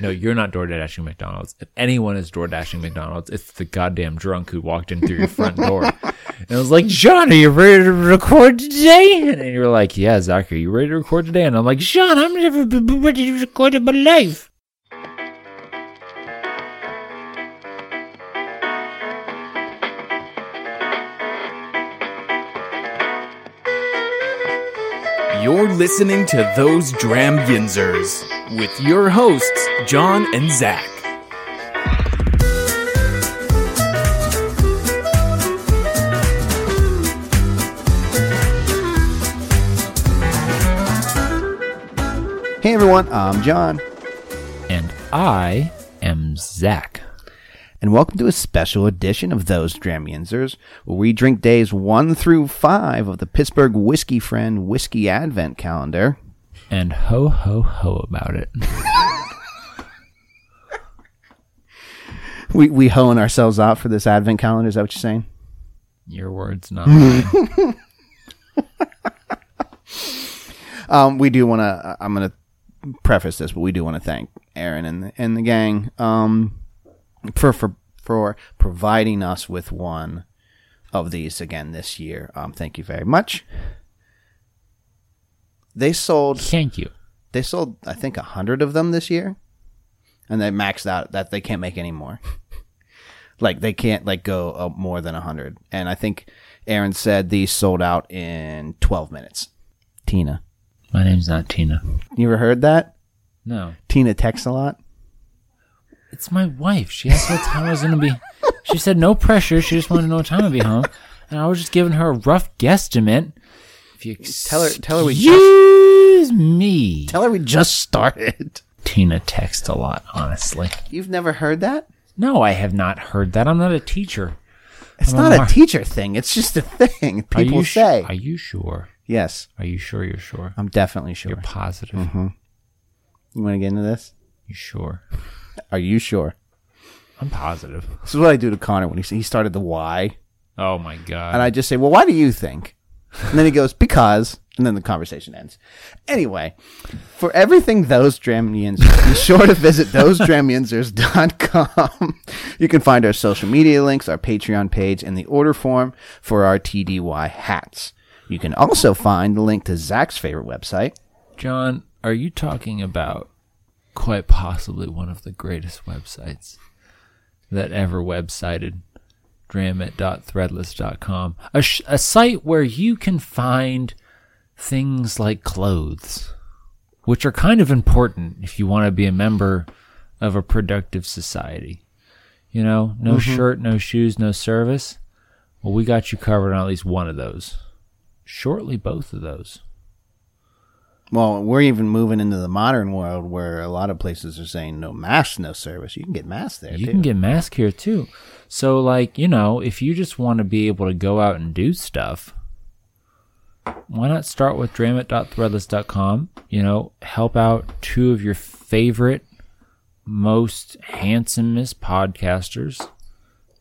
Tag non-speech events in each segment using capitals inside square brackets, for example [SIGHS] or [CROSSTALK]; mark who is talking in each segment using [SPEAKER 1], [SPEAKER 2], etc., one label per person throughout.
[SPEAKER 1] No, you're not door dashing McDonald's. If anyone is door dashing McDonald's, it's the goddamn drunk who walked in through your front door. And I was like, John, are you ready to record today? And you were like, Yeah, Zach, are you ready to record today? And I'm like, John, I'm never been been ready to record in my life.
[SPEAKER 2] You're listening to Those Dramginsers with your hosts, John and Zach.
[SPEAKER 3] Hey everyone, I'm John,
[SPEAKER 1] And I am Zach.
[SPEAKER 3] and welcome to a special edition of Those Dramianzers, where we drink days 1 through 5 of the Pittsburgh Whiskey Friend Whiskey Advent Calendar.
[SPEAKER 1] And ho, ho, ho about it.
[SPEAKER 3] We, we hoeing ourselves out for this Advent Calendar, is that what you're saying?
[SPEAKER 1] Your words, not mine.
[SPEAKER 3] Um, we do want to, I'm going to preface this, but we do want to thank Aaron and the, and the gang um, for, for, for providing us with one of these again this year. Um, thank you very much. They sold
[SPEAKER 1] Thank you.
[SPEAKER 3] they sold I think a hundred of them this year, and they maxed out that they can't make any more. [LAUGHS] like they can't like go uh, more than a hundred. And I think Aaron said these sold out in twelve minutes. Tina,
[SPEAKER 1] My name's not Tina.
[SPEAKER 3] you ever heard that?
[SPEAKER 1] No.
[SPEAKER 3] Tina texts a lot. [LAUGHS]
[SPEAKER 1] It's my wife. She asked what time I was going to be. She said no pressure. She just wanted to know what time I'd be home. And I was just giving her a rough guesstimate. If you
[SPEAKER 3] Tell her- tell her we just-
[SPEAKER 1] Excuse me.
[SPEAKER 3] Tell her we just started. [LAUGHS]
[SPEAKER 1] Tina texts a lot, honestly.
[SPEAKER 3] You've never heard that?
[SPEAKER 1] No, I have not heard that. I'm not a teacher.
[SPEAKER 3] It's
[SPEAKER 1] I'm
[SPEAKER 3] not
[SPEAKER 1] mar-
[SPEAKER 3] a teacher thing. It's just a thing
[SPEAKER 1] Are you
[SPEAKER 3] people
[SPEAKER 1] su-
[SPEAKER 3] say.
[SPEAKER 1] Are you sure?
[SPEAKER 3] yes,
[SPEAKER 1] Are you sure you're sure?
[SPEAKER 3] I'm definitely sure.
[SPEAKER 1] You're positive.
[SPEAKER 3] Mm-hmm. You want to get into this?
[SPEAKER 1] You sure?
[SPEAKER 3] Are you sure?
[SPEAKER 1] I'm positive.
[SPEAKER 3] This is what I do to Connor when he he started the why.
[SPEAKER 1] Oh my god.
[SPEAKER 3] And I just say, well, why do you think? And then he goes, because. And then the conversation ends. Anyway, for everything those Dramians, be sure to visit thosedramyansers.com. You can find our social media links, our Patreon page, and the order form for our TDY hats. You can also find the link to Zach's favorite website.
[SPEAKER 1] John, are you talking about quite possibly one of the greatest websites that ever websited? Dramit.threadless.com, a, sh- a site where you can find things like clothes, which are kind of important if you want to be a member of a productive society. You know, no shirt, no shoes, no service. Well, we got you covered on at least one of those. Shortly, both of those.
[SPEAKER 3] Well, we're even moving into the modern world where a lot of places are saying no masks, no service. You can get masks there,
[SPEAKER 1] you
[SPEAKER 3] too.
[SPEAKER 1] can get mask here too. So like, you know, if you just want to be able to go out and do stuff, why not start with dramit.threadless.com? You know, help out two of your favorite, most handsomest podcasters,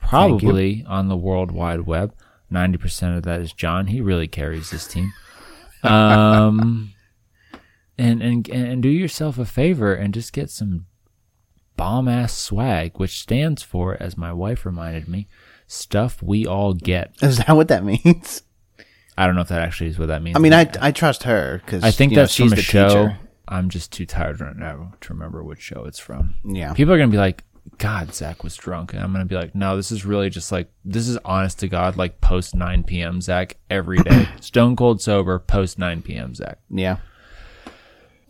[SPEAKER 1] probably on the World Wide Web. 90% of that is John. He really carries this
[SPEAKER 3] [LAUGHS]
[SPEAKER 1] team. Um, and, and, and do yourself a favor and just get some bomb ass swag, which stands for, as my wife reminded me, stuff we all get.
[SPEAKER 3] Is that what that means?
[SPEAKER 1] I don't know if that actually is what that means.
[SPEAKER 3] I mean, I, I trust her because
[SPEAKER 1] I think that's
[SPEAKER 3] she's
[SPEAKER 1] from a
[SPEAKER 3] the
[SPEAKER 1] show.
[SPEAKER 3] Teacher.
[SPEAKER 1] I'm just too tired right now to remember which show it's from.
[SPEAKER 3] Yeah,
[SPEAKER 1] People are gonna be like, "God, Zach was drunk," and I'm gonna be like, "No, this is really just like this is honest to God, like post 9 p.m. Zach every [CLEARS THROAT] day, stone cold sober, post 9 p.m. Zach."
[SPEAKER 3] yeah.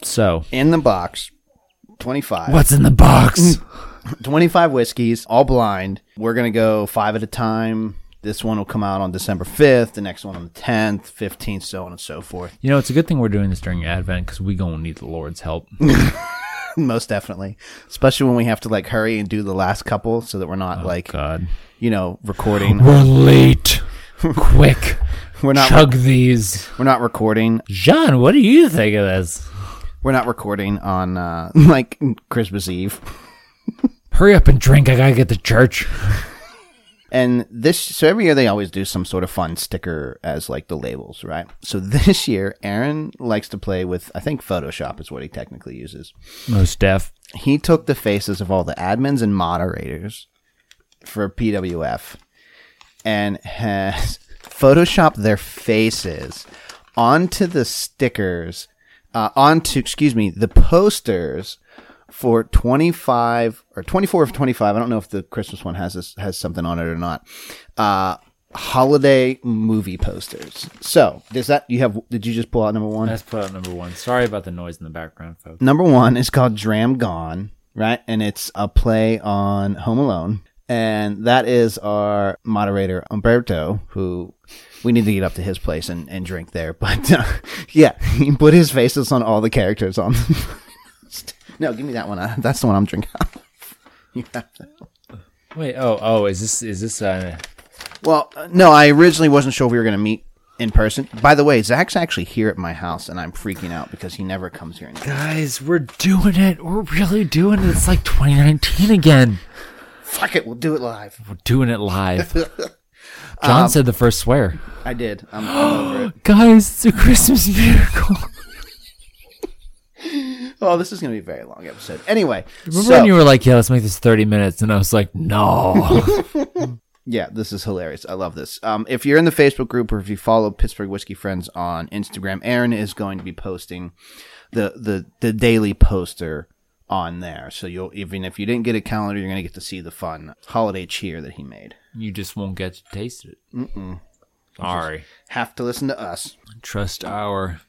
[SPEAKER 1] So
[SPEAKER 3] In the box, twenty five.
[SPEAKER 1] [CLEARS THROAT] what's in the box?
[SPEAKER 3] Twenty five whiskeys, all blind. We're gonna go five at a time. This one will come out on December fifth. The next one on the tenth, fifteenth, so on and so forth. [LAUGHS]
[SPEAKER 1] you know, it's a good thing we're doing this during Advent because we gonna need the Lord's [CLEARS THROAT] help.
[SPEAKER 3] Most definitely, especially when we have to like hurry and do the last couple, so that we're not like
[SPEAKER 1] Oh, God,
[SPEAKER 3] you know
[SPEAKER 1] [LAUGHS]
[SPEAKER 3] recording.
[SPEAKER 1] we're late. [LAUGHS] Quick,
[SPEAKER 3] We're not
[SPEAKER 1] chug these.
[SPEAKER 3] we're not recording.
[SPEAKER 1] John, what do you think of this?
[SPEAKER 3] We're not recording on uh [LAUGHS] like Christmas Eve.
[SPEAKER 1] Hurry up and drink. I gotta get to church.
[SPEAKER 3] And this, so every year they always do some sort of fun sticker as like the labels, right? So [LAUGHS] this year, Aaron likes to play with, I think Photoshop is what he technically uses.
[SPEAKER 1] Most deaf.
[SPEAKER 3] He took the faces of all the admins and moderators for PWF and has [LAUGHS] photoshopped their faces onto the stickers, uh, onto, excuse me, the posters for 25 or 24 of 25. I don't know if the Christmas one has this, has something on it or not. Uh, holiday movie posters. So, does that, you have, did you just pull out number one?
[SPEAKER 1] Let's put out number one. Sorry about the noise in the background, folks.
[SPEAKER 3] Number one is called Dram Gone, right? And it's a play on Home Alone. And that is our moderator, Umberto, who we need to get up to his place and, and drink there. [LAUGHS] But uh, yeah, he put his faces on all the characters on the No, give me that one. Uh, That's the one I'm drinking. [LAUGHS]
[SPEAKER 1] Wait. Oh. Oh. Is this? Is this? Uh,
[SPEAKER 3] Well, uh, no, I originally wasn't sure if we were going to meet in person. By the way, Zach's actually here at my house, and I'm freaking out because he never comes here. Anymore.
[SPEAKER 1] Guys, we're doing it. We're really doing it. It's like 2019 again.
[SPEAKER 3] Fuck it, we'll do it live.
[SPEAKER 1] We're doing it live. John said the first swear.
[SPEAKER 3] I did. I'm, I'm over it.
[SPEAKER 1] Guys, it's a Christmas miracle.
[SPEAKER 3] Oh, this is going to be a very long episode. Anyway,
[SPEAKER 1] Remember
[SPEAKER 3] so-
[SPEAKER 1] when you were like, "Yeah, let's make this 30 minutes," and I was like, "No."
[SPEAKER 3] Yeah, this is hilarious. I love this. Um, if you're in the Facebook group or if you follow Pittsburgh Whiskey Friends on Instagram, Aaron is going to be posting the the the daily poster on there. So you'll even if you didn't get a calendar, you're going to get to see the fun holiday cheer that he made.
[SPEAKER 1] you just won't get to taste it. Mm-mm. Sorry.
[SPEAKER 3] Have to listen to us.
[SPEAKER 1] Trust our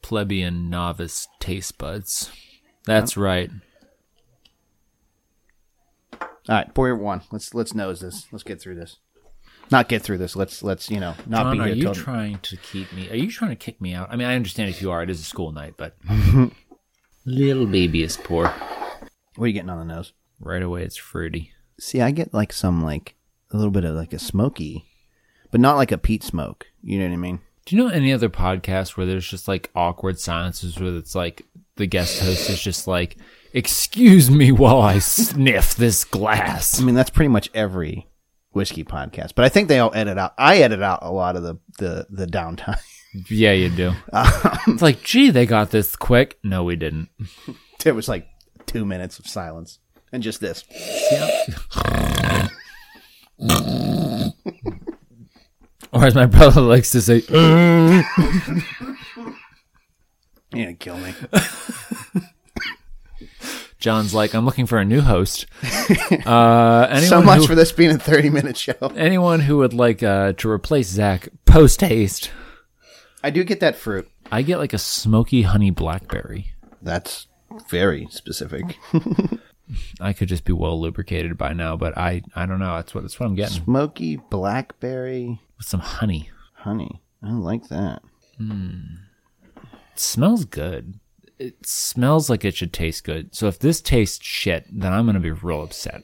[SPEAKER 1] plebeian novice taste buds. That's right.
[SPEAKER 3] All right, pour your one. Let's let's nose this. Let's get through this. Not get through this. Let's let's you know not
[SPEAKER 1] John,
[SPEAKER 3] be
[SPEAKER 1] are
[SPEAKER 3] here
[SPEAKER 1] you
[SPEAKER 3] till
[SPEAKER 1] trying to keep me? Are you trying to kick me out? I mean, I understand if you are. It is a school night, but
[SPEAKER 3] [LAUGHS]
[SPEAKER 1] little baby is poor.
[SPEAKER 3] what are you getting on the nose?
[SPEAKER 1] Right away, it's fruity.
[SPEAKER 3] See, I get like some like a little bit of like a smoky, but not like a peat smoke. You know what I mean?
[SPEAKER 1] Do you know any other podcast where there's just like awkward silences where it's like the guest host is just like, "Excuse me while I sniff this glass."
[SPEAKER 3] I mean, that's pretty much every whiskey podcast, but I think they all edit out. I edit out a lot of the the, the downtime. [LAUGHS]
[SPEAKER 1] Yeah, you do. it's like, gee, they got this quick. No, we didn't.
[SPEAKER 3] there was like two minutes of silence and just this.
[SPEAKER 1] Or as my [LAUGHS] brother likes to say,
[SPEAKER 3] Yeah, kill me.
[SPEAKER 1] John's like, I'm looking for a new
[SPEAKER 3] [LAUGHS]
[SPEAKER 1] host. Uh, anyone
[SPEAKER 3] so much
[SPEAKER 1] who,
[SPEAKER 3] for this being a thirty minute show.
[SPEAKER 1] anyone who would like uh, to replace Zach post haste.
[SPEAKER 3] I do get that fruit.
[SPEAKER 1] I get like a smoky honey blackberry.
[SPEAKER 3] That's very specific. [LAUGHS]
[SPEAKER 1] I could just be well lubricated by now, but I I don't know. That's what that's what I'm getting.
[SPEAKER 3] Smoky blackberry
[SPEAKER 1] With some honey.
[SPEAKER 3] honey. I like that.
[SPEAKER 1] It smells good. It smells like it should taste good. So if this tastes shit, then I'm gonna be real upset.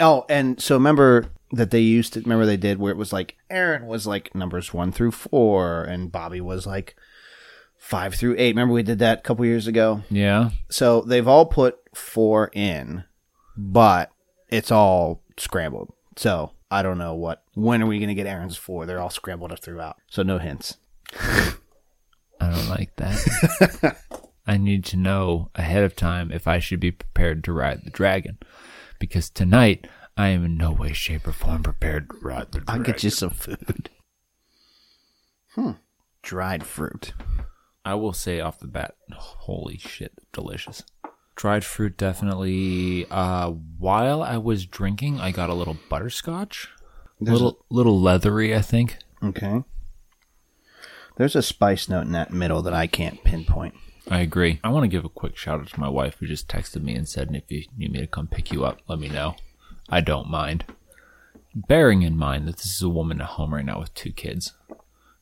[SPEAKER 3] Oh, and so remember that they used to remember they did where it was like Aaron was like numbers one through four, and Bobby was like five through eight. Remember we did that a couple years ago.
[SPEAKER 1] Yeah.
[SPEAKER 3] So they've all put four in, but it's all scrambled. So I don't know what. When are we gonna get Aaron's four? They're all scrambled up throughout. So no hints.
[SPEAKER 1] I don't like that. [LAUGHS] I need to know ahead of time if I should be prepared to ride the dragon. Because tonight, I am in no way, shape, or form prepared to ride the
[SPEAKER 3] I'll
[SPEAKER 1] dragon.
[SPEAKER 3] get you some food. Hmm. Dried fruit.
[SPEAKER 1] I will say off the bat, holy shit, delicious. Dried fruit, definitely. Uh, while I was drinking, I got a little butterscotch. little, little leathery, I think.
[SPEAKER 3] Okay. There's a spice note in that middle that I can't pinpoint.
[SPEAKER 1] I agree. I want to give a quick shout out to my wife who just texted me and said, if you need me to come pick you up, let me know. I don't mind. Bearing in mind that this is a woman at home right now with two kids,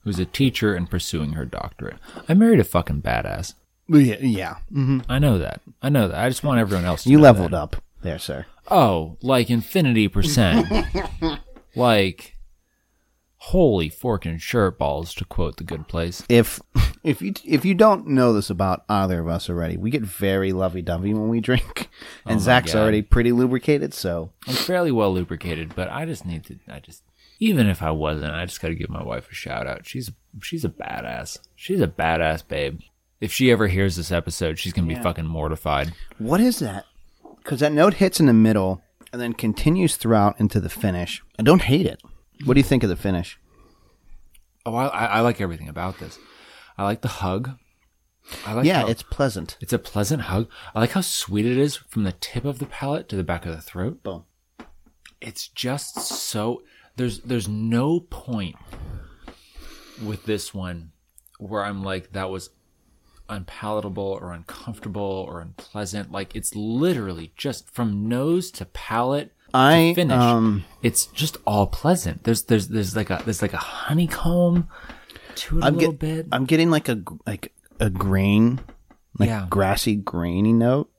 [SPEAKER 1] who's a teacher and pursuing her doctorate. I married a fucking badass.
[SPEAKER 3] Yeah. yeah.
[SPEAKER 1] I know that. I know that. I just want everyone else to
[SPEAKER 3] You
[SPEAKER 1] know
[SPEAKER 3] leveled
[SPEAKER 1] that.
[SPEAKER 3] up there, sir.
[SPEAKER 1] Oh, like infinity [LAUGHS] percent. like, holy forking shirt balls, to quote the good place.
[SPEAKER 3] If [LAUGHS] if you if you don't know this about either of us already, we get very lovey-dovey when we drink. [LAUGHS]
[SPEAKER 1] Oh
[SPEAKER 3] and
[SPEAKER 1] my
[SPEAKER 3] Zach's
[SPEAKER 1] God.
[SPEAKER 3] already pretty lubricated, so
[SPEAKER 1] I'm fairly well lubricated, but I just need to. I just even if I wasn't, I just got to give my wife a shout out. She's she's a badass. She's a badass babe. If she ever hears this episode, she's gonna be fucking mortified.
[SPEAKER 3] What is that? Because that note hits in the middle and then continues throughout into the finish. I don't hate it. What do you think of the finish?
[SPEAKER 1] Oh, I, I I like everything about this. I like the hug. I like
[SPEAKER 3] yeah,
[SPEAKER 1] how-
[SPEAKER 3] it's pleasant.
[SPEAKER 1] it's a pleasant hug. I like how sweet it is from the tip of the palate to the back of the throat.
[SPEAKER 3] Boom.
[SPEAKER 1] it's just so there's there's no point with this one where I'm like that was unpalatable or uncomfortable or unpleasant. Like it's literally just from nose to palate
[SPEAKER 3] I,
[SPEAKER 1] to finish.
[SPEAKER 3] um,
[SPEAKER 1] it's just all pleasant. There's there's there's like a there's like a honeycomb to it a
[SPEAKER 3] I'm,
[SPEAKER 1] little
[SPEAKER 3] get-
[SPEAKER 1] bit.
[SPEAKER 3] I'm getting like a gr- like a green, like
[SPEAKER 1] Yeah.
[SPEAKER 3] grassy grainy note.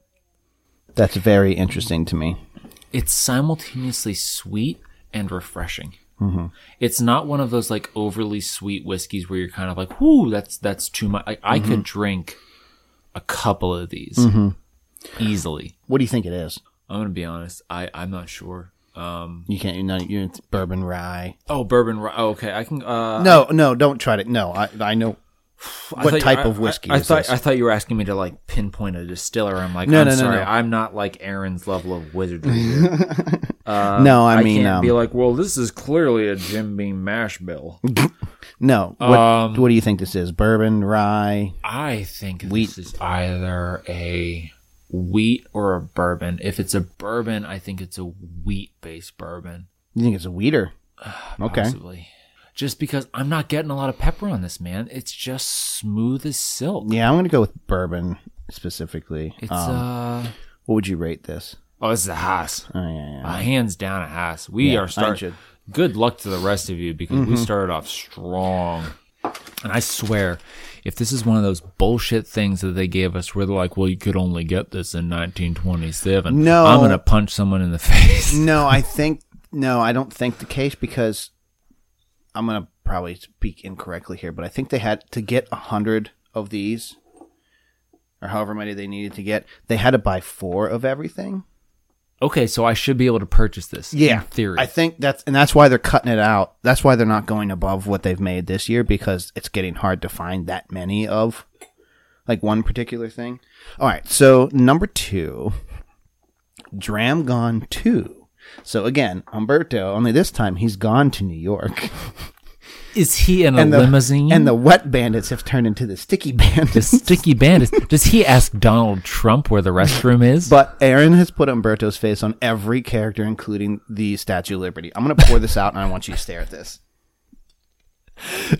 [SPEAKER 3] That's very interesting to me.
[SPEAKER 1] it's simultaneously sweet and refreshing.
[SPEAKER 3] Mm-hmm.
[SPEAKER 1] It's not one of those like overly sweet whiskeys where you're kind of like, "Whoo, that's that's too much." I, I
[SPEAKER 3] Mm-hmm.
[SPEAKER 1] could drink a couple of these easily.
[SPEAKER 3] What do you think it is?
[SPEAKER 1] I'm gonna be honest. I I'm not sure. Um,
[SPEAKER 3] You can't. You know, you're it's bourbon rye.
[SPEAKER 1] oh, bourbon. ri- Oh, okay, I can. Uh,
[SPEAKER 3] No, no, don't try to. No, I, I know.
[SPEAKER 1] I
[SPEAKER 3] what
[SPEAKER 1] thought you-
[SPEAKER 3] type
[SPEAKER 1] [SIGHS] I-
[SPEAKER 3] of
[SPEAKER 1] I-
[SPEAKER 3] whiskey
[SPEAKER 1] I,
[SPEAKER 3] is
[SPEAKER 1] thought
[SPEAKER 3] this?
[SPEAKER 1] I thought you were asking me to like pinpoint a distiller. I'm like,
[SPEAKER 3] No,
[SPEAKER 1] I'm
[SPEAKER 3] no, no,
[SPEAKER 1] sorry,
[SPEAKER 3] no.
[SPEAKER 1] I'm not like Aaron's level of wizardry. here.
[SPEAKER 3] no, [LAUGHS] I, mean,
[SPEAKER 1] can't
[SPEAKER 3] um,
[SPEAKER 1] be like, well, this is clearly a Jim Beam mash bill.
[SPEAKER 3] no. What,
[SPEAKER 1] Um,
[SPEAKER 3] what do you think this is? Bourbon rye?
[SPEAKER 1] I think
[SPEAKER 3] Wheat.
[SPEAKER 1] this is either a wheat or a bourbon. If it's a bourbon, I think it's a wheat based bourbon.
[SPEAKER 3] You think it's a weeder? Okay.
[SPEAKER 1] Possibly. Just because I'm not getting a lot of pepper on this, man. It's just smooth as silk.
[SPEAKER 3] Yeah, I'm gonna go with bourbon specifically.
[SPEAKER 1] It's
[SPEAKER 3] um,
[SPEAKER 1] uh
[SPEAKER 3] what would you rate this?
[SPEAKER 1] Oh, this is a Haas.
[SPEAKER 3] Oh yeah, yeah.
[SPEAKER 1] Uh, hands down a Haas. We
[SPEAKER 3] Yeah,
[SPEAKER 1] are
[SPEAKER 3] I
[SPEAKER 1] starting
[SPEAKER 3] should.
[SPEAKER 1] good luck to the rest of you because
[SPEAKER 3] Mm-hmm.
[SPEAKER 1] we started off strong. And I swear, if this is one of those bullshit things that they gave us where they're like, well, you could only get this in 1927,
[SPEAKER 3] No. Mm.
[SPEAKER 1] I'm going to punch someone in the [LAUGHS] face.
[SPEAKER 3] No, I think no, I don't think the case because I'm gonna probably speak incorrectly here, but I think they had to get a hundred of these, or however many they needed to get. They had to buy four of everything.
[SPEAKER 1] Okay, so I should be able to purchase this. In theory.
[SPEAKER 3] I think that's and that's why they're cutting it out. That's why they're not going above what they've made this year because it's getting hard to find that many of like one particular thing. All right, so number two, Dramgon two. So again, Umberto. Only this time he's gone to New York,
[SPEAKER 1] is he in a
[SPEAKER 3] and the
[SPEAKER 1] limousine?
[SPEAKER 3] and the Wet Bandits have turned into the Sticky [LAUGHS]
[SPEAKER 1] the
[SPEAKER 3] Bandits.
[SPEAKER 1] sticky bandits. Does he ask Donald Trump where the restroom is?
[SPEAKER 3] But Aaron has put Umberto's face on every character, including the Statue of Liberty. I'm gonna pour this out, and I want you to stare at this.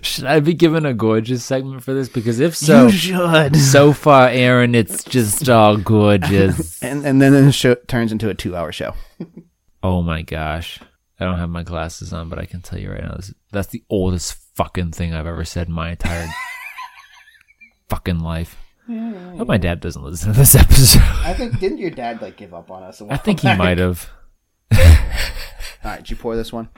[SPEAKER 1] should I be given a gorgeous segment for this? Because if so,
[SPEAKER 3] should.
[SPEAKER 1] so far, Aaron, it's just all gorgeous.
[SPEAKER 3] and and then the show turns into a two hour show.
[SPEAKER 1] Oh my gosh. I don't have my glasses on, but I can tell you right now, this, that's the oldest fucking thing I've ever said in my [LAUGHS] entire fucking life. I hope my dad doesn't listen to this [LAUGHS] episode.
[SPEAKER 3] I think didn't your dad like give up on us?
[SPEAKER 1] I think he might have.
[SPEAKER 3] [LAUGHS] All right, did you pour this one?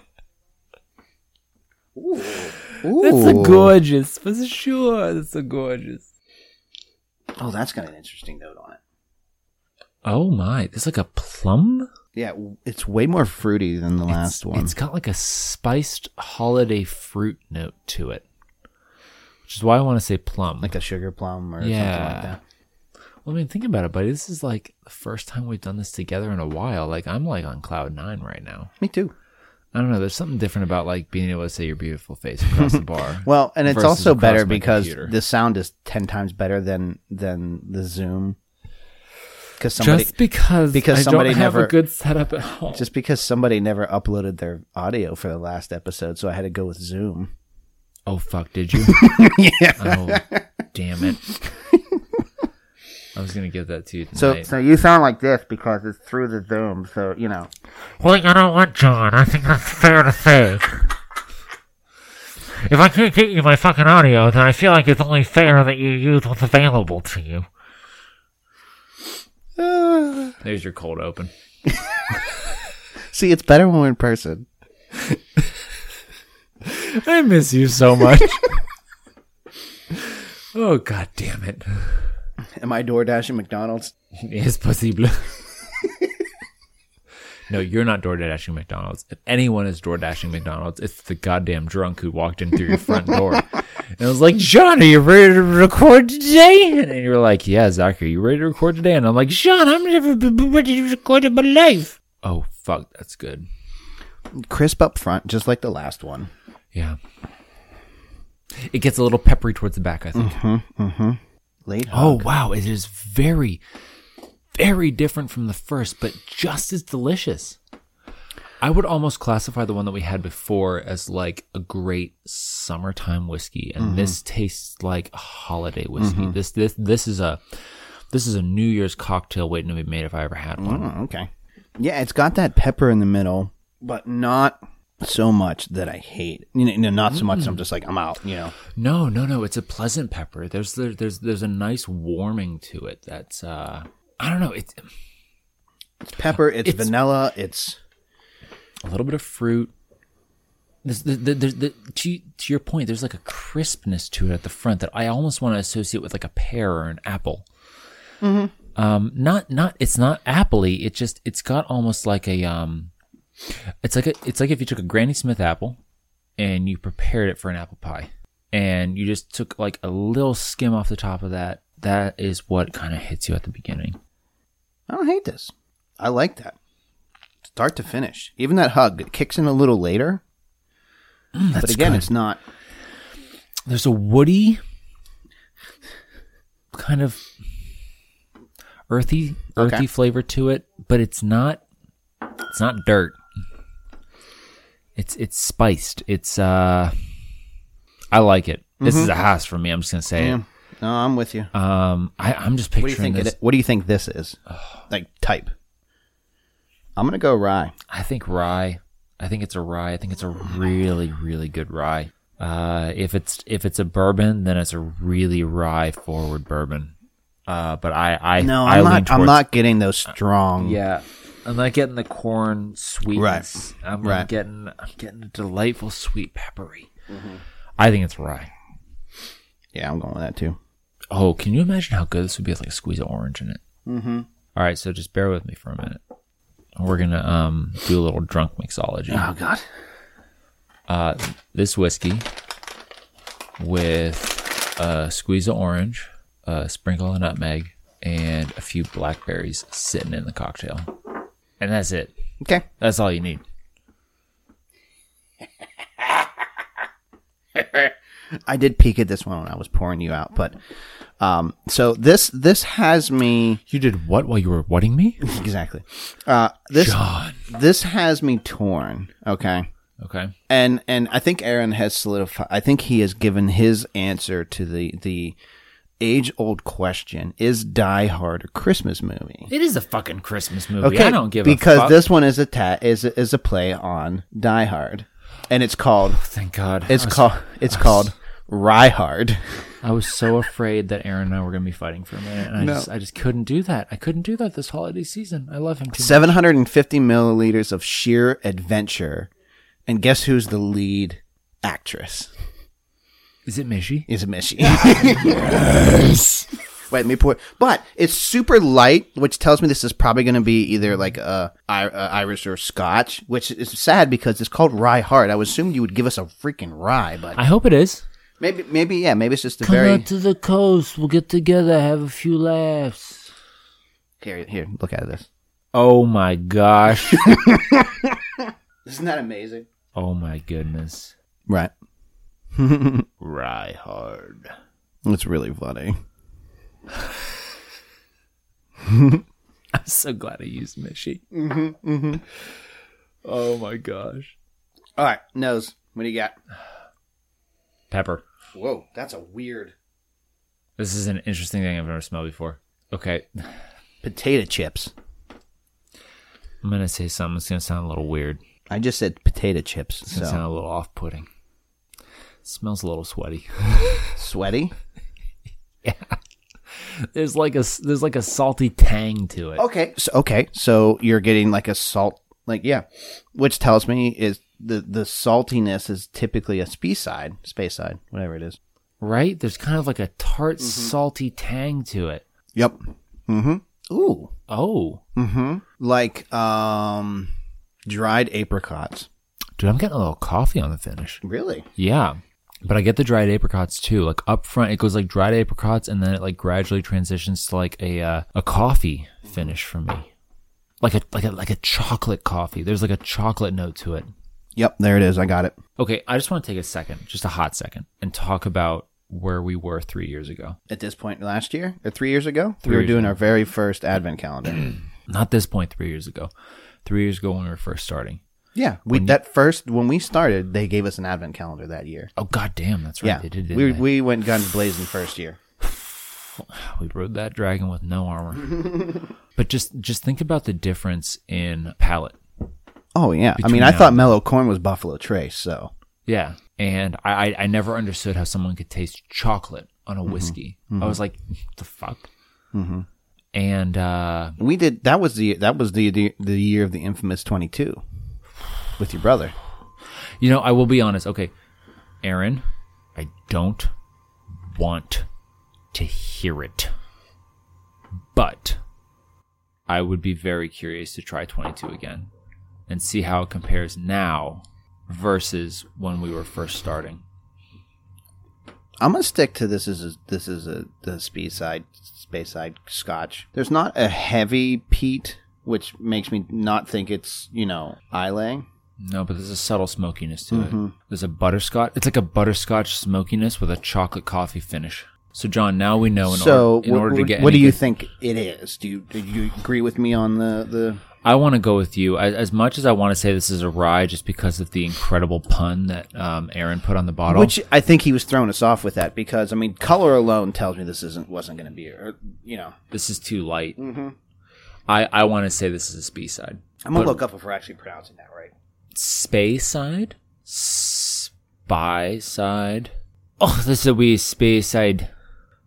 [SPEAKER 1] That's a gorgeous, for sure. That's a gorgeous.
[SPEAKER 3] Oh, that's got an interesting note on it.
[SPEAKER 1] Oh my, it's like a plum.
[SPEAKER 3] Yeah, w- it's way more fruity than the last
[SPEAKER 1] It's-
[SPEAKER 3] one.
[SPEAKER 1] It's got like a spiced holiday fruit note to it, which is why I want to say plum.
[SPEAKER 3] like a sugar plum or something like
[SPEAKER 1] Yeah.
[SPEAKER 3] that.
[SPEAKER 1] Well, I mean, think about it, buddy. This is like the first time we've done this together in a while. Like, I'm like on cloud nine right now.
[SPEAKER 3] Me too.
[SPEAKER 1] I don't know. There's something different about like being able to say your beautiful face across the bar.
[SPEAKER 3] [LAUGHS] Well, and it's
[SPEAKER 1] Versus
[SPEAKER 3] also
[SPEAKER 1] across
[SPEAKER 3] better
[SPEAKER 1] my
[SPEAKER 3] because
[SPEAKER 1] computer.
[SPEAKER 3] the sound is ten times better than than the Zoom. Because somebody
[SPEAKER 1] just because
[SPEAKER 3] because
[SPEAKER 1] I
[SPEAKER 3] somebody
[SPEAKER 1] don't have
[SPEAKER 3] never-
[SPEAKER 1] a good setup at home.
[SPEAKER 3] just because somebody never uploaded their audio for the last episode, so I had to go with Zoom.
[SPEAKER 1] oh fuck, did
[SPEAKER 3] [LAUGHS]
[SPEAKER 1] you? yeah. Oh, damn it. I was gonna give that to you
[SPEAKER 3] So,
[SPEAKER 1] tonight.
[SPEAKER 3] so you sound like this because it's through the Zoom. So you know.
[SPEAKER 4] Well, you know what, John? I think that's fair to say. If I can't get you my fucking audio, then I feel like it's only fair that you use what's available to you.
[SPEAKER 1] There's your cold open.
[SPEAKER 3] [SIGHS] See, it's better when we're in person.
[SPEAKER 1] I miss you so much. [LAUGHS] oh god damn it.
[SPEAKER 3] Am I DoorDash at McDonald's?
[SPEAKER 1] Es posible. [LAUGHS] No, you're not door dashing McDonald's. If anyone is door dashing McDonald's, it's the goddamn drunk who walked in through your front door and was like, John, are you ready to record today? And you're like, Yeah, Zach, are you ready to record today? And I'm like, John, I'm never b- b- ready to record in my life. Oh, fuck, that's good.
[SPEAKER 3] Crisp up front, just like the last one.
[SPEAKER 1] Yeah. It gets a little peppery towards the back, I think.
[SPEAKER 3] Late.
[SPEAKER 1] Oh, wow. It is very, very different from the first, but just as delicious. I would almost classify the one that we had before as like a great summertime whiskey, and this tastes like a holiday whiskey. This this this is a this is a New Year's cocktail waiting to be made if I ever had one.
[SPEAKER 3] Oh, okay. Yeah, it's got that pepper in the middle, but not so much that I hate. You know, you know, not so much. that I'm just like I'm out. You know.
[SPEAKER 1] No, no, no. It's a pleasant pepper. There's there, there's there's a nice warming to it. That's uh, I don't know. It's
[SPEAKER 3] It's pepper. It's,
[SPEAKER 1] It's-
[SPEAKER 3] vanilla. It's
[SPEAKER 1] a little bit of fruit. This, the, the, the, the, to, to your point, there's like a crispness to it at the front that I almost want to associate with like a pear or an apple. Um, not not it's not appley. It just it's got almost like a um, it's like a it's like if you took a Granny Smith apple and you prepared it for an apple pie, and you just took like a little skim off the top of that. That is what kind of hits you at the beginning.
[SPEAKER 3] I don't hate this. I like that. Start to finish. Even that hug it kicks in a little later. but again,
[SPEAKER 1] Mm, good.
[SPEAKER 3] it's not.
[SPEAKER 1] there's a woody kind of earthy earthy
[SPEAKER 3] Okay.
[SPEAKER 1] flavor to it but it's not it's not dirt it's it's spiced it's uh i like it this
[SPEAKER 3] Mm-hmm.
[SPEAKER 1] is a house for me i'm just gonna say
[SPEAKER 3] Yeah. No, I'm with you.
[SPEAKER 1] it um I, i'm just picturing
[SPEAKER 3] What do you think?
[SPEAKER 1] this
[SPEAKER 3] It, what do you think this is? Like type. I'm gonna go rye.
[SPEAKER 1] I think rye. I think it's a rye. I think it's a really, really good rye. Uh, if it's if it's a bourbon, then it's a really rye forward bourbon. Uh, but I I
[SPEAKER 3] No,
[SPEAKER 1] I
[SPEAKER 3] I'm
[SPEAKER 1] lean
[SPEAKER 3] not. I'm
[SPEAKER 1] towards-
[SPEAKER 3] not getting those strong.
[SPEAKER 1] Yeah, I'm not getting the corn sweetness.
[SPEAKER 3] Right.
[SPEAKER 1] I'm
[SPEAKER 3] Right.
[SPEAKER 1] getting I'm getting a delightful sweet peppery.
[SPEAKER 3] Mm-hmm.
[SPEAKER 1] I think it's rye.
[SPEAKER 3] yeah, I'm going with that too.
[SPEAKER 1] Oh, can you imagine how good this would be with like a squeeze of orange in it? Mm-hmm. right, so just bear with me for a minute. We're gonna um do a little drunk mixology.
[SPEAKER 3] Oh God.
[SPEAKER 1] this whiskey with a squeeze of orange, a sprinkle of nutmeg, and a few blackberries sitting in the cocktail. And that's it.
[SPEAKER 3] Okay.
[SPEAKER 1] That's all you need.
[SPEAKER 3] I did peek at this one when I was pouring you out, but um, so this this has me [LAUGHS]
[SPEAKER 1] You did what while you were wetting me?
[SPEAKER 3] exactly. Uh, this
[SPEAKER 1] God.
[SPEAKER 3] this has me torn. Okay,
[SPEAKER 1] Okay.
[SPEAKER 3] and and I think Aaron has solidified. I think he has given his answer to the the age old question: Is Die Hard a Christmas movie?
[SPEAKER 1] It is a fucking Christmas movie.
[SPEAKER 3] Okay,
[SPEAKER 1] I don't give
[SPEAKER 3] because
[SPEAKER 1] a fuck.
[SPEAKER 3] this one is a ta- is a, is a play on Die Hard, and it's called
[SPEAKER 1] Thank God.
[SPEAKER 3] it's
[SPEAKER 1] I was,
[SPEAKER 3] called it's called Rye Hard.
[SPEAKER 1] I was so afraid that Aaron and I were going to be fighting for a minute, and I just I just couldn't do that. I couldn't do that this holiday season. I love him too.
[SPEAKER 3] 750 milliliters of sheer adventure. And guess who's the lead actress?
[SPEAKER 1] Is it Mishy?
[SPEAKER 3] Is Mishi. yes. [LAUGHS] Wait, let me pour. But it's super light, which tells me this is probably going to be either like a, I- a Irish or Scotch, which is sad because it's called rye hard. I would assume you would give us a freaking rye, but
[SPEAKER 1] I hope it is.
[SPEAKER 3] maybe, maybe yeah, maybe it's just a very
[SPEAKER 1] to the coast. We'll get together, have a few laughs.
[SPEAKER 3] here. Here, look at this.
[SPEAKER 1] Oh my gosh. [LAUGHS]
[SPEAKER 3] Isn't that amazing?
[SPEAKER 1] oh my goodness.
[SPEAKER 3] Right,
[SPEAKER 1] Rye hard.
[SPEAKER 3] it's really funny.
[SPEAKER 1] [LAUGHS] I'm so glad I used Mishy. Mm-hmm, Oh my gosh.
[SPEAKER 3] All right, nose. What do you got?
[SPEAKER 1] Pepper.
[SPEAKER 3] Whoa, that's a weird.
[SPEAKER 1] This is an interesting thing I've never smelled before. Okay.
[SPEAKER 3] potato chips.
[SPEAKER 1] I'm going to say something that's going to sound a little weird.
[SPEAKER 3] I just said potato chips.
[SPEAKER 1] It's going to
[SPEAKER 3] So
[SPEAKER 1] sound a little off putting. Smells a little sweaty. [LAUGHS]
[SPEAKER 3] sweaty.
[SPEAKER 1] There's like a s- there's like a salty tang to it.
[SPEAKER 3] Okay. So, okay. So you're getting like a salt, like yeah, which tells me is the the saltiness is typically a space side, space side, whatever it is.
[SPEAKER 1] Right? There's kind of like a tart salty tang to it.
[SPEAKER 3] Yep. Mm-hmm. Ooh.
[SPEAKER 1] Oh.
[SPEAKER 3] Like um, dried apricots.
[SPEAKER 1] Dude, I'm getting a little coffee on the finish.
[SPEAKER 3] Really?
[SPEAKER 1] Yeah. But I get the dried apricots too. Like up front, it goes like dried apricots, and then it like gradually transitions to like a uh, a coffee finish for me, like a like a like a chocolate coffee. There's like a chocolate note to it.
[SPEAKER 3] Yep, there it is. I got it.
[SPEAKER 1] Okay, I just want to take a second, just a hot second, and talk about where we were three years ago.
[SPEAKER 3] At this point last year, or three years ago,
[SPEAKER 1] Three
[SPEAKER 3] we were
[SPEAKER 1] years
[SPEAKER 3] doing our very first
[SPEAKER 1] [CLEARS THROAT]
[SPEAKER 3] advent calendar.
[SPEAKER 1] Not this point, three years ago. Three years ago when we were first starting.
[SPEAKER 3] yeah, we that first when we started, they gave us an advent calendar that year.
[SPEAKER 1] Oh god damn, that's right.
[SPEAKER 3] Yeah,
[SPEAKER 1] They did. didn't
[SPEAKER 3] we
[SPEAKER 1] they?
[SPEAKER 3] we went guns blazing first year.
[SPEAKER 1] we rode that dragon with no armor. [LAUGHS] but just just think about the difference in palate.
[SPEAKER 3] Oh yeah, I
[SPEAKER 1] Between
[SPEAKER 3] mean, I
[SPEAKER 1] now
[SPEAKER 3] thought mellow corn was Buffalo Trace, so
[SPEAKER 1] Yeah. And I, I, I never understood how someone could taste chocolate on a whiskey. I was like, the fuck? Mm-hmm. And uh,
[SPEAKER 3] we did. That was the that was the the, the year of the infamous twenty two with your brother.
[SPEAKER 1] You know, I will be honest. Okay, Aaron, I don't want to hear it, but I would be very curious to try 22 again and see how it compares now versus when we were first starting.
[SPEAKER 3] I'm gonna stick to this is a, this is a the speed side space side scotch. There's not a heavy peat, which makes me not think it's you know Islay.
[SPEAKER 1] No, but there's a subtle smokiness to
[SPEAKER 3] Mm-hmm.
[SPEAKER 1] it. There's a butterscotch. It's like a butterscotch smokiness with a chocolate coffee finish. So, John, now we know in,
[SPEAKER 3] so
[SPEAKER 1] order, in
[SPEAKER 3] what,
[SPEAKER 1] order to get
[SPEAKER 3] what do you
[SPEAKER 1] anything-
[SPEAKER 3] think it is? Do you do you agree with me on the the?
[SPEAKER 1] I want to go with you. As, as much as I want to say this is a rye, just because of the incredible pun that um, Aaron put on the bottle.
[SPEAKER 3] Which I think he was throwing us off with that because I mean color alone tells me this isn't wasn't going to be or, you know
[SPEAKER 1] this is too light. I I want to say this is a spee side.
[SPEAKER 3] I'm gonna look up if we're actually pronouncing that right.
[SPEAKER 1] Spay side. Spy side. Oh, this is a wee spay side.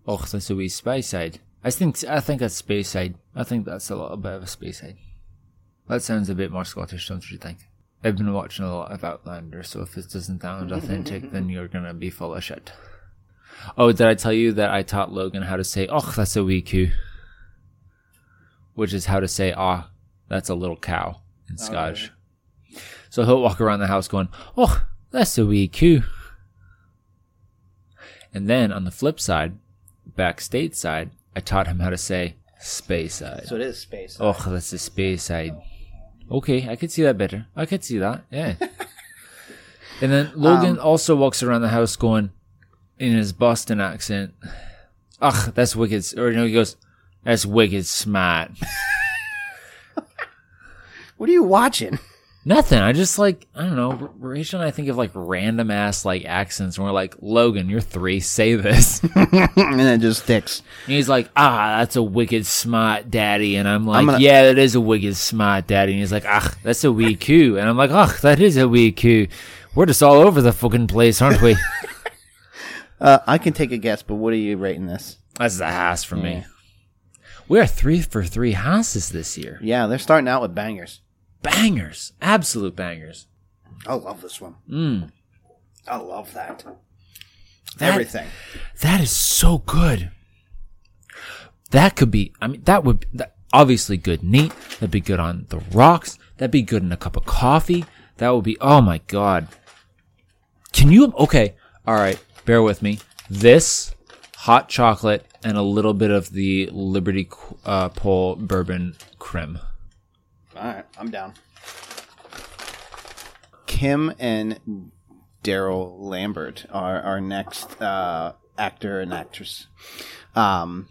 [SPEAKER 1] Oh, this is a wee spy side. I think I think that's spay side. I think that's a little bit of a spay side. That sounds a bit more Scottish, don't you think? I've been watching a lot of Outlander, so if this doesn't sound authentic, then you're gonna be full of shit. Oh, did I tell you that I taught Logan how to say "och"? That's a wee coo, which is how to say "ah." That's a little cow in Scottish. So he'll walk around the house going, "Oh, that's a wee coo." And then on the flip side, back stateside, I taught him how to say "space side."
[SPEAKER 3] So it is space.
[SPEAKER 1] Oh, that's the space side. Okay, I could see that better. I could see that. Yeah. and then Logan also walks around the house going in his Boston accent. Ugh, that's wicked. s- Or no, he goes, "That's wicked smart." [LAUGHS]
[SPEAKER 3] What are you watching? [LAUGHS]
[SPEAKER 1] Nothing. I just like I don't know. R- Rachel and I think of like random ass like accents, and we're like, "Logan, you're three. Say this." and
[SPEAKER 3] and it just sticks.
[SPEAKER 1] he's like, "Ah, that's a wicked smart daddy," and I'm like,
[SPEAKER 3] gonna-
[SPEAKER 1] "Yeah, that is a wicked smart daddy." And he's like, "Ah, that's a wee coo," and I'm like, "Ah, that is a wee coo." We're just all over the fucking place, aren't we?
[SPEAKER 3] Uh, I can take a guess, but what are you rating this?
[SPEAKER 1] that's the house for me. We're three for three houses this year.
[SPEAKER 3] Yeah, they're starting out with bangers.
[SPEAKER 1] Bangers, absolute bangers.
[SPEAKER 3] I love this one.
[SPEAKER 1] Mm.
[SPEAKER 3] I love that.
[SPEAKER 1] That-
[SPEAKER 3] Everything.
[SPEAKER 1] That is so good. That could be. I mean, that would that, obviously good neat. That'd be good on the rocks. That'd be good in a cup of coffee. That would be. Oh my god. Can you? Okay. All right. Bear with me. This hot chocolate and a little bit of the Liberty uh, Pole bourbon creme.
[SPEAKER 3] All right, I'm down. Kim and Daryl Lambert are our next uh, actor and actress um,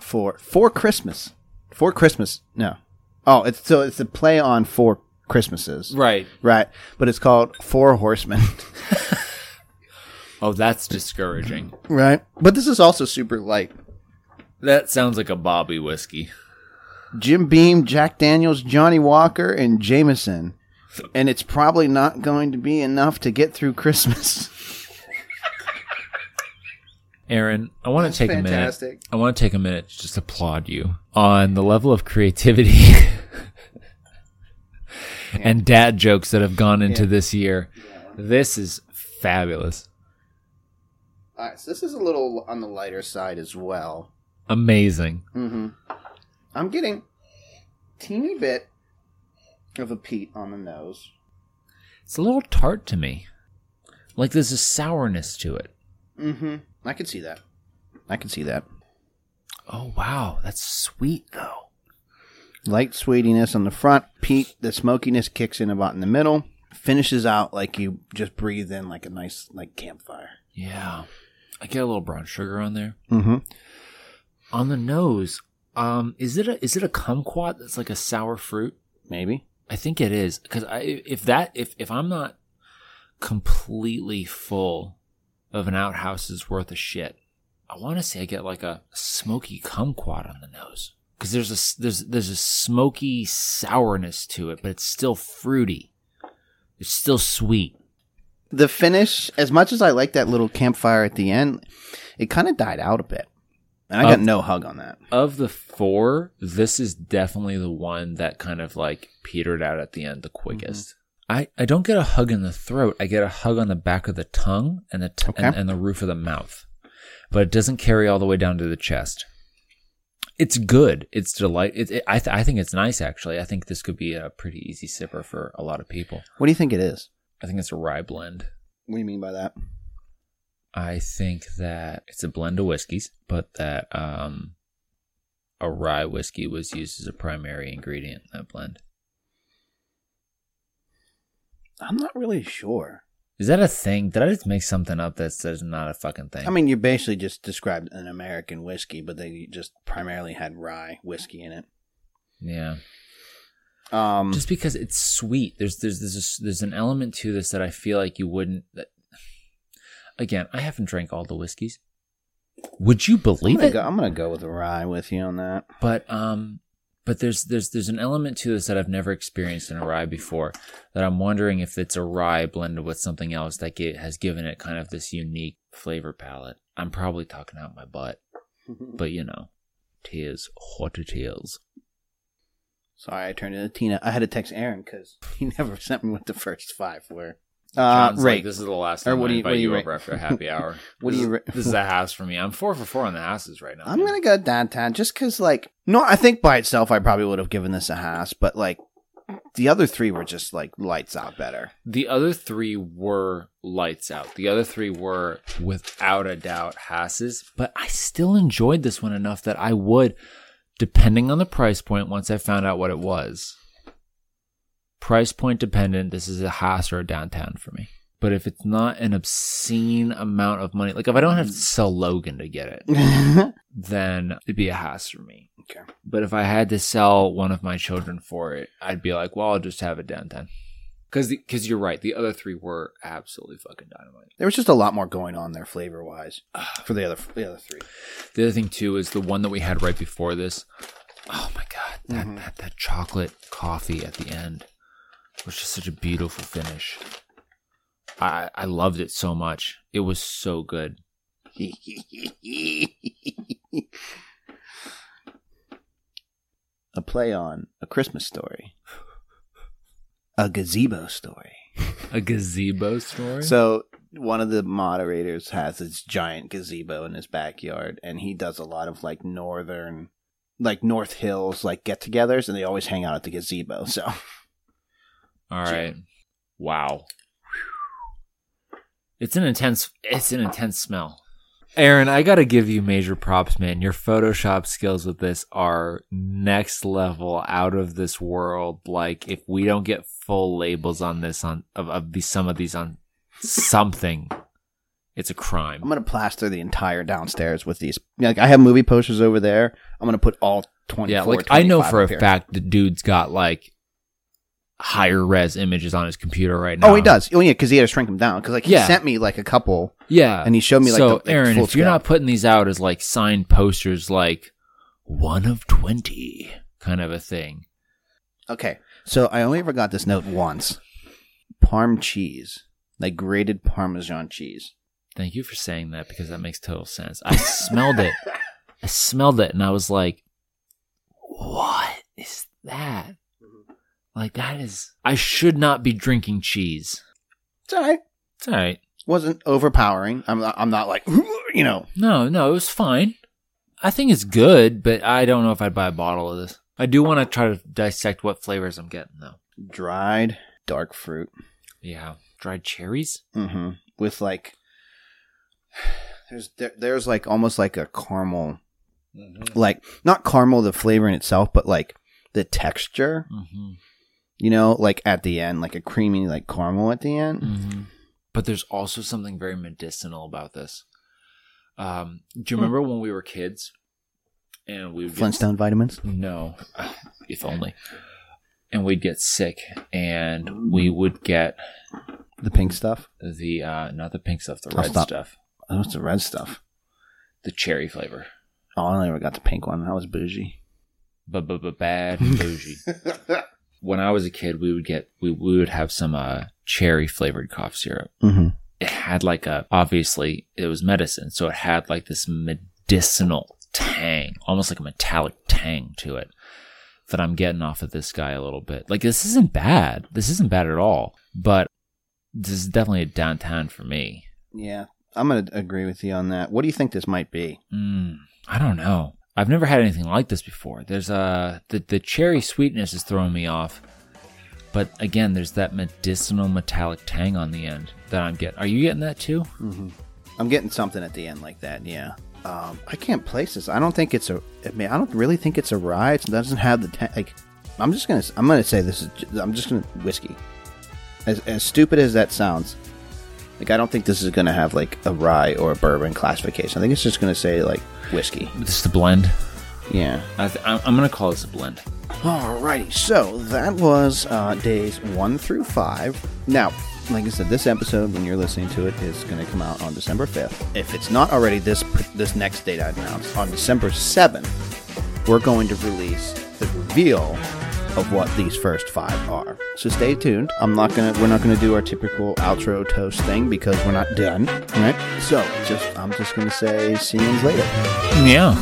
[SPEAKER 3] for for Christmas. For Christmas, no. Oh, it's so it's a play on Four Christmases,
[SPEAKER 1] Right.
[SPEAKER 3] Right, but it's called Four Horsemen, [LAUGHS]
[SPEAKER 1] Oh, that's discouraging.
[SPEAKER 3] right? But this is also super light.
[SPEAKER 1] that sounds like a Bobby whiskey.
[SPEAKER 3] Jim Beam, Jack Daniels, Johnny Walker, and Jameson. And it's probably not going to be enough to get through Christmas. [LAUGHS]
[SPEAKER 1] Aaron, I want to take a
[SPEAKER 3] fantastic.
[SPEAKER 1] minute. I want to take a minute to just applaud you on the level of creativity [LAUGHS] and dad jokes that have gone into this year. This is fabulous.
[SPEAKER 3] All right, so this is a little on the lighter side as well.
[SPEAKER 1] Amazing.
[SPEAKER 3] Mm-hmm. I'm getting teeny bit of a peat on the nose.
[SPEAKER 1] It's a little tart to me. Like there's a sourness to it.
[SPEAKER 3] Mm-hmm. I can see that. I can see that.
[SPEAKER 1] Oh wow, that's sweet though.
[SPEAKER 3] Light sweetiness on the front, peat. The smokiness kicks in about in the middle. Finishes out like you just breathe in like a nice like campfire.
[SPEAKER 1] Yeah. I get a little brown sugar on there.
[SPEAKER 3] Mm-hmm.
[SPEAKER 1] On the nose, um, is it a is it a kumquat that's like a sour fruit?
[SPEAKER 3] Maybe.
[SPEAKER 1] I think it is because I if that if if I'm not completely full of an outhouse's worth of shit, I want to say I get like a smoky kumquat on the nose because there's a s- there's there's a smoky sourness to it, but it's still fruity. It's still sweet.
[SPEAKER 3] The finish, as much as I like that little campfire at the end, it kind of died out a bit, and I got
[SPEAKER 1] Oh.
[SPEAKER 3] no hug on that.
[SPEAKER 1] Of the four, this is definitely the one that kind of like petered out at the end the quickest. I, I don't get a hug in the throat. I get a hug on the back of the tongue and the t-
[SPEAKER 3] Okay.
[SPEAKER 1] and, and the roof of the mouth, but it doesn't carry all the way down to the chest. It's good. It's delight. It, it- I th- I think it's nice actually. I think this could be a pretty easy sipper for a lot of people.
[SPEAKER 3] What do you think it is?
[SPEAKER 1] I think it's a rye blend.
[SPEAKER 3] What do you mean by that?
[SPEAKER 1] I think that it's a blend of whiskeys, but that um, a rye whiskey was used as a primary ingredient in that blend.
[SPEAKER 3] I'm not really sure.
[SPEAKER 1] Is that a thing? Did I just make something up that says not a fucking thing?
[SPEAKER 3] I mean, you basically just described an American whiskey, but they just primarily had rye whiskey in it.
[SPEAKER 1] yeah.
[SPEAKER 3] Um,
[SPEAKER 1] just because it's sweet. There's there's there's this- there's an element to this that I feel like you wouldn't. That, [SIGHS] again, I haven't drank all the whiskeys. Would you
[SPEAKER 3] I'm
[SPEAKER 1] believe
[SPEAKER 3] gonna,
[SPEAKER 1] it?
[SPEAKER 3] go, I'm gonna go with rye with you on [LAUGHS] that.
[SPEAKER 1] But um, but there's there's there's an element to this that I've never experienced in a rye before. That I'm wondering if it's a rye blended with something else that ge- has given it kind of this unique flavor palette. I'm probably talking out my butt, but you know, tears, hot tears.
[SPEAKER 3] Sorry, I turned into Tina. I had to text Aaron because he [LAUGHS] never sent me what the first five were. Uh,
[SPEAKER 1] John's like,
[SPEAKER 3] right.
[SPEAKER 1] this is the last
[SPEAKER 3] Or
[SPEAKER 1] time
[SPEAKER 3] what do
[SPEAKER 1] I
[SPEAKER 3] you- what
[SPEAKER 1] invite
[SPEAKER 3] do
[SPEAKER 1] you,
[SPEAKER 3] you rate-
[SPEAKER 1] over after a happy hour.
[SPEAKER 3] [LAUGHS] What
[SPEAKER 1] this
[SPEAKER 3] do you
[SPEAKER 1] is-
[SPEAKER 3] ra-
[SPEAKER 1] This is a house for me. I'm four for four on the houses right now.
[SPEAKER 3] I'm gonna go downtown just because, like, no, I think by itself I probably would have given this a house, but like the other three were just like lights out better. [LAUGHS]
[SPEAKER 1] The other three were lights out. The other three were without a doubt hasses, but I still enjoyed this one enough that I would, depending on the price point, once I found out what it was. Price point dependent, this is a Haas or a downtown for me. But if it's not an obscene amount of money, like if I don't have to sell Logan to get it, then it'd be a Haas for me.
[SPEAKER 3] Okay.
[SPEAKER 1] But if I had to sell one of my children for it, I'd be like, well, I'll just have it downtown. Because because you're right, the other three were absolutely fucking dynamite.
[SPEAKER 3] there was just a lot more going on there flavor wise [SIGHS] for the other the other three.
[SPEAKER 1] The other thing too is the one that we had right before this. Oh my god, that
[SPEAKER 3] Mm-hmm.
[SPEAKER 1] that, that chocolate coffee at the end was just such a beautiful finish. I I loved it so much. It was so good.
[SPEAKER 3] [LAUGHS] a play on a Christmas story, a gazebo story.
[SPEAKER 1] A gazebo story.
[SPEAKER 3] So one of the moderators has this giant gazebo in his backyard, and he does a lot of like northern, like North Hills, like get-togethers, and they always hang out at the gazebo. So
[SPEAKER 1] All right. Wow. It's an intense it's an intense smell. Aaron, I got to give you major props, man. Your Photoshop skills with this are next level, out of this world. Like if we don't get full labels on this on of, of these some of these on something, it's a crime.
[SPEAKER 3] I'm gonna plaster the entire downstairs with these. Like I have movie posters over there. I'm gonna put all twenty.
[SPEAKER 1] Yeah, like I know for a fact the dude's got like higher res images on his computer right now.
[SPEAKER 3] Oh, he does. Oh, yeah, because he had to shrink them down. Because like he
[SPEAKER 1] Yeah.
[SPEAKER 3] sent me like a couple.
[SPEAKER 1] Yeah,
[SPEAKER 3] And he showed me, like,
[SPEAKER 1] so,
[SPEAKER 3] the- like,
[SPEAKER 1] Aaron,
[SPEAKER 3] full
[SPEAKER 1] if you're
[SPEAKER 3] scale.
[SPEAKER 1] not putting these out as like signed posters, like one of twenty kind of a thing.
[SPEAKER 3] Okay, so I only ever got this note once. Parm cheese, like grated Parmesan cheese.
[SPEAKER 1] Thank you for saying that because that makes total sense. I smelled
[SPEAKER 3] [LAUGHS]
[SPEAKER 1] it. I smelled it, and I was like, "What is that? Like that is? I should not be drinking cheese."
[SPEAKER 3] It's all right.
[SPEAKER 1] It's all right.
[SPEAKER 3] Wasn't overpowering. I'm. Not, I'm not like [LAUGHS] you know.
[SPEAKER 1] No, no, it was fine. I think it's good, but I don't know if I'd buy a bottle of this. I do want to try to dissect what flavors I'm getting though.
[SPEAKER 3] dried dark fruit.
[SPEAKER 1] Yeah. Dried cherries?
[SPEAKER 3] hmm With like, [SIGHS] there's there, there's like almost like a caramel, like not caramel the flavor in itself, but like the texture.
[SPEAKER 1] Mm-hmm.
[SPEAKER 3] You know, like at the end, like a creamy like caramel at the end.
[SPEAKER 1] Mm-hmm. But there's also something very medicinal about this. Um, do you remember when we were kids and we would get
[SPEAKER 3] Flintstone vitamins.
[SPEAKER 1] No, [SIGHS] if only. And we'd get sick, and we would get
[SPEAKER 3] The pink stuff.
[SPEAKER 1] the uh, not the pink stuff, the
[SPEAKER 3] I'll
[SPEAKER 1] red
[SPEAKER 3] stop.
[SPEAKER 1] stuff,
[SPEAKER 3] Oh, it's the red stuff.
[SPEAKER 1] the cherry flavor.
[SPEAKER 3] Oh, I never got the pink one. That was [LAUGHS] bougie. Mm-hmm.
[SPEAKER 1] But but
[SPEAKER 3] [LAUGHS]
[SPEAKER 1] bad and bougie. when I was a kid, we would get we, we would have some uh, cherry flavored cough syrup.
[SPEAKER 3] Mm-hmm.
[SPEAKER 1] It had like a obviously it was medicine, so it had like this medicinal tang, almost like a metallic tang to it. That I'm getting off of this guy a little bit. Like this isn't bad. This isn't bad at all. But this is definitely a downtown for me.
[SPEAKER 3] Yeah, I'm gonna agree with you on that. What do you think this might be?
[SPEAKER 1] Mm, I don't know. I've never had anything like this before. There's uh, the the cherry sweetness is throwing me off, but again, there's that medicinal metallic tang on the end that I'm getting. Are you getting that too?
[SPEAKER 3] I'm getting something at the end like that. Yeah. Um, I can't place this. I don't think it's a. I mean, I don't really think it's a rye. It doesn't have the ta- like. I'm just gonna. I'm gonna say this is. ju- I'm just gonna whiskey. As as stupid as that sounds, like I don't think this is gonna have like a rye or a bourbon classification. I think it's just gonna say like whiskey.
[SPEAKER 1] This is the blend.
[SPEAKER 3] Yeah.
[SPEAKER 1] I th- I'm, I'm gonna call this a blend.
[SPEAKER 3] Alrighty, so that was uh, days one through five. Now, like I said, this episode, when you're listening to it, is going to come out on December 5th. If it's not already this this next date I announced, on December 7th, we're going to release the reveal of what these first five are. So stay tuned. I'm not gonna. We're not gonna do our typical outro toast thing because we're not done. All right. So just, I'm just gonna say, see you later.
[SPEAKER 1] [LAUGHS] Yeah.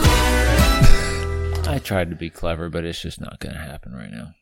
[SPEAKER 1] I tried to be clever, but it's just not gonna happen right now.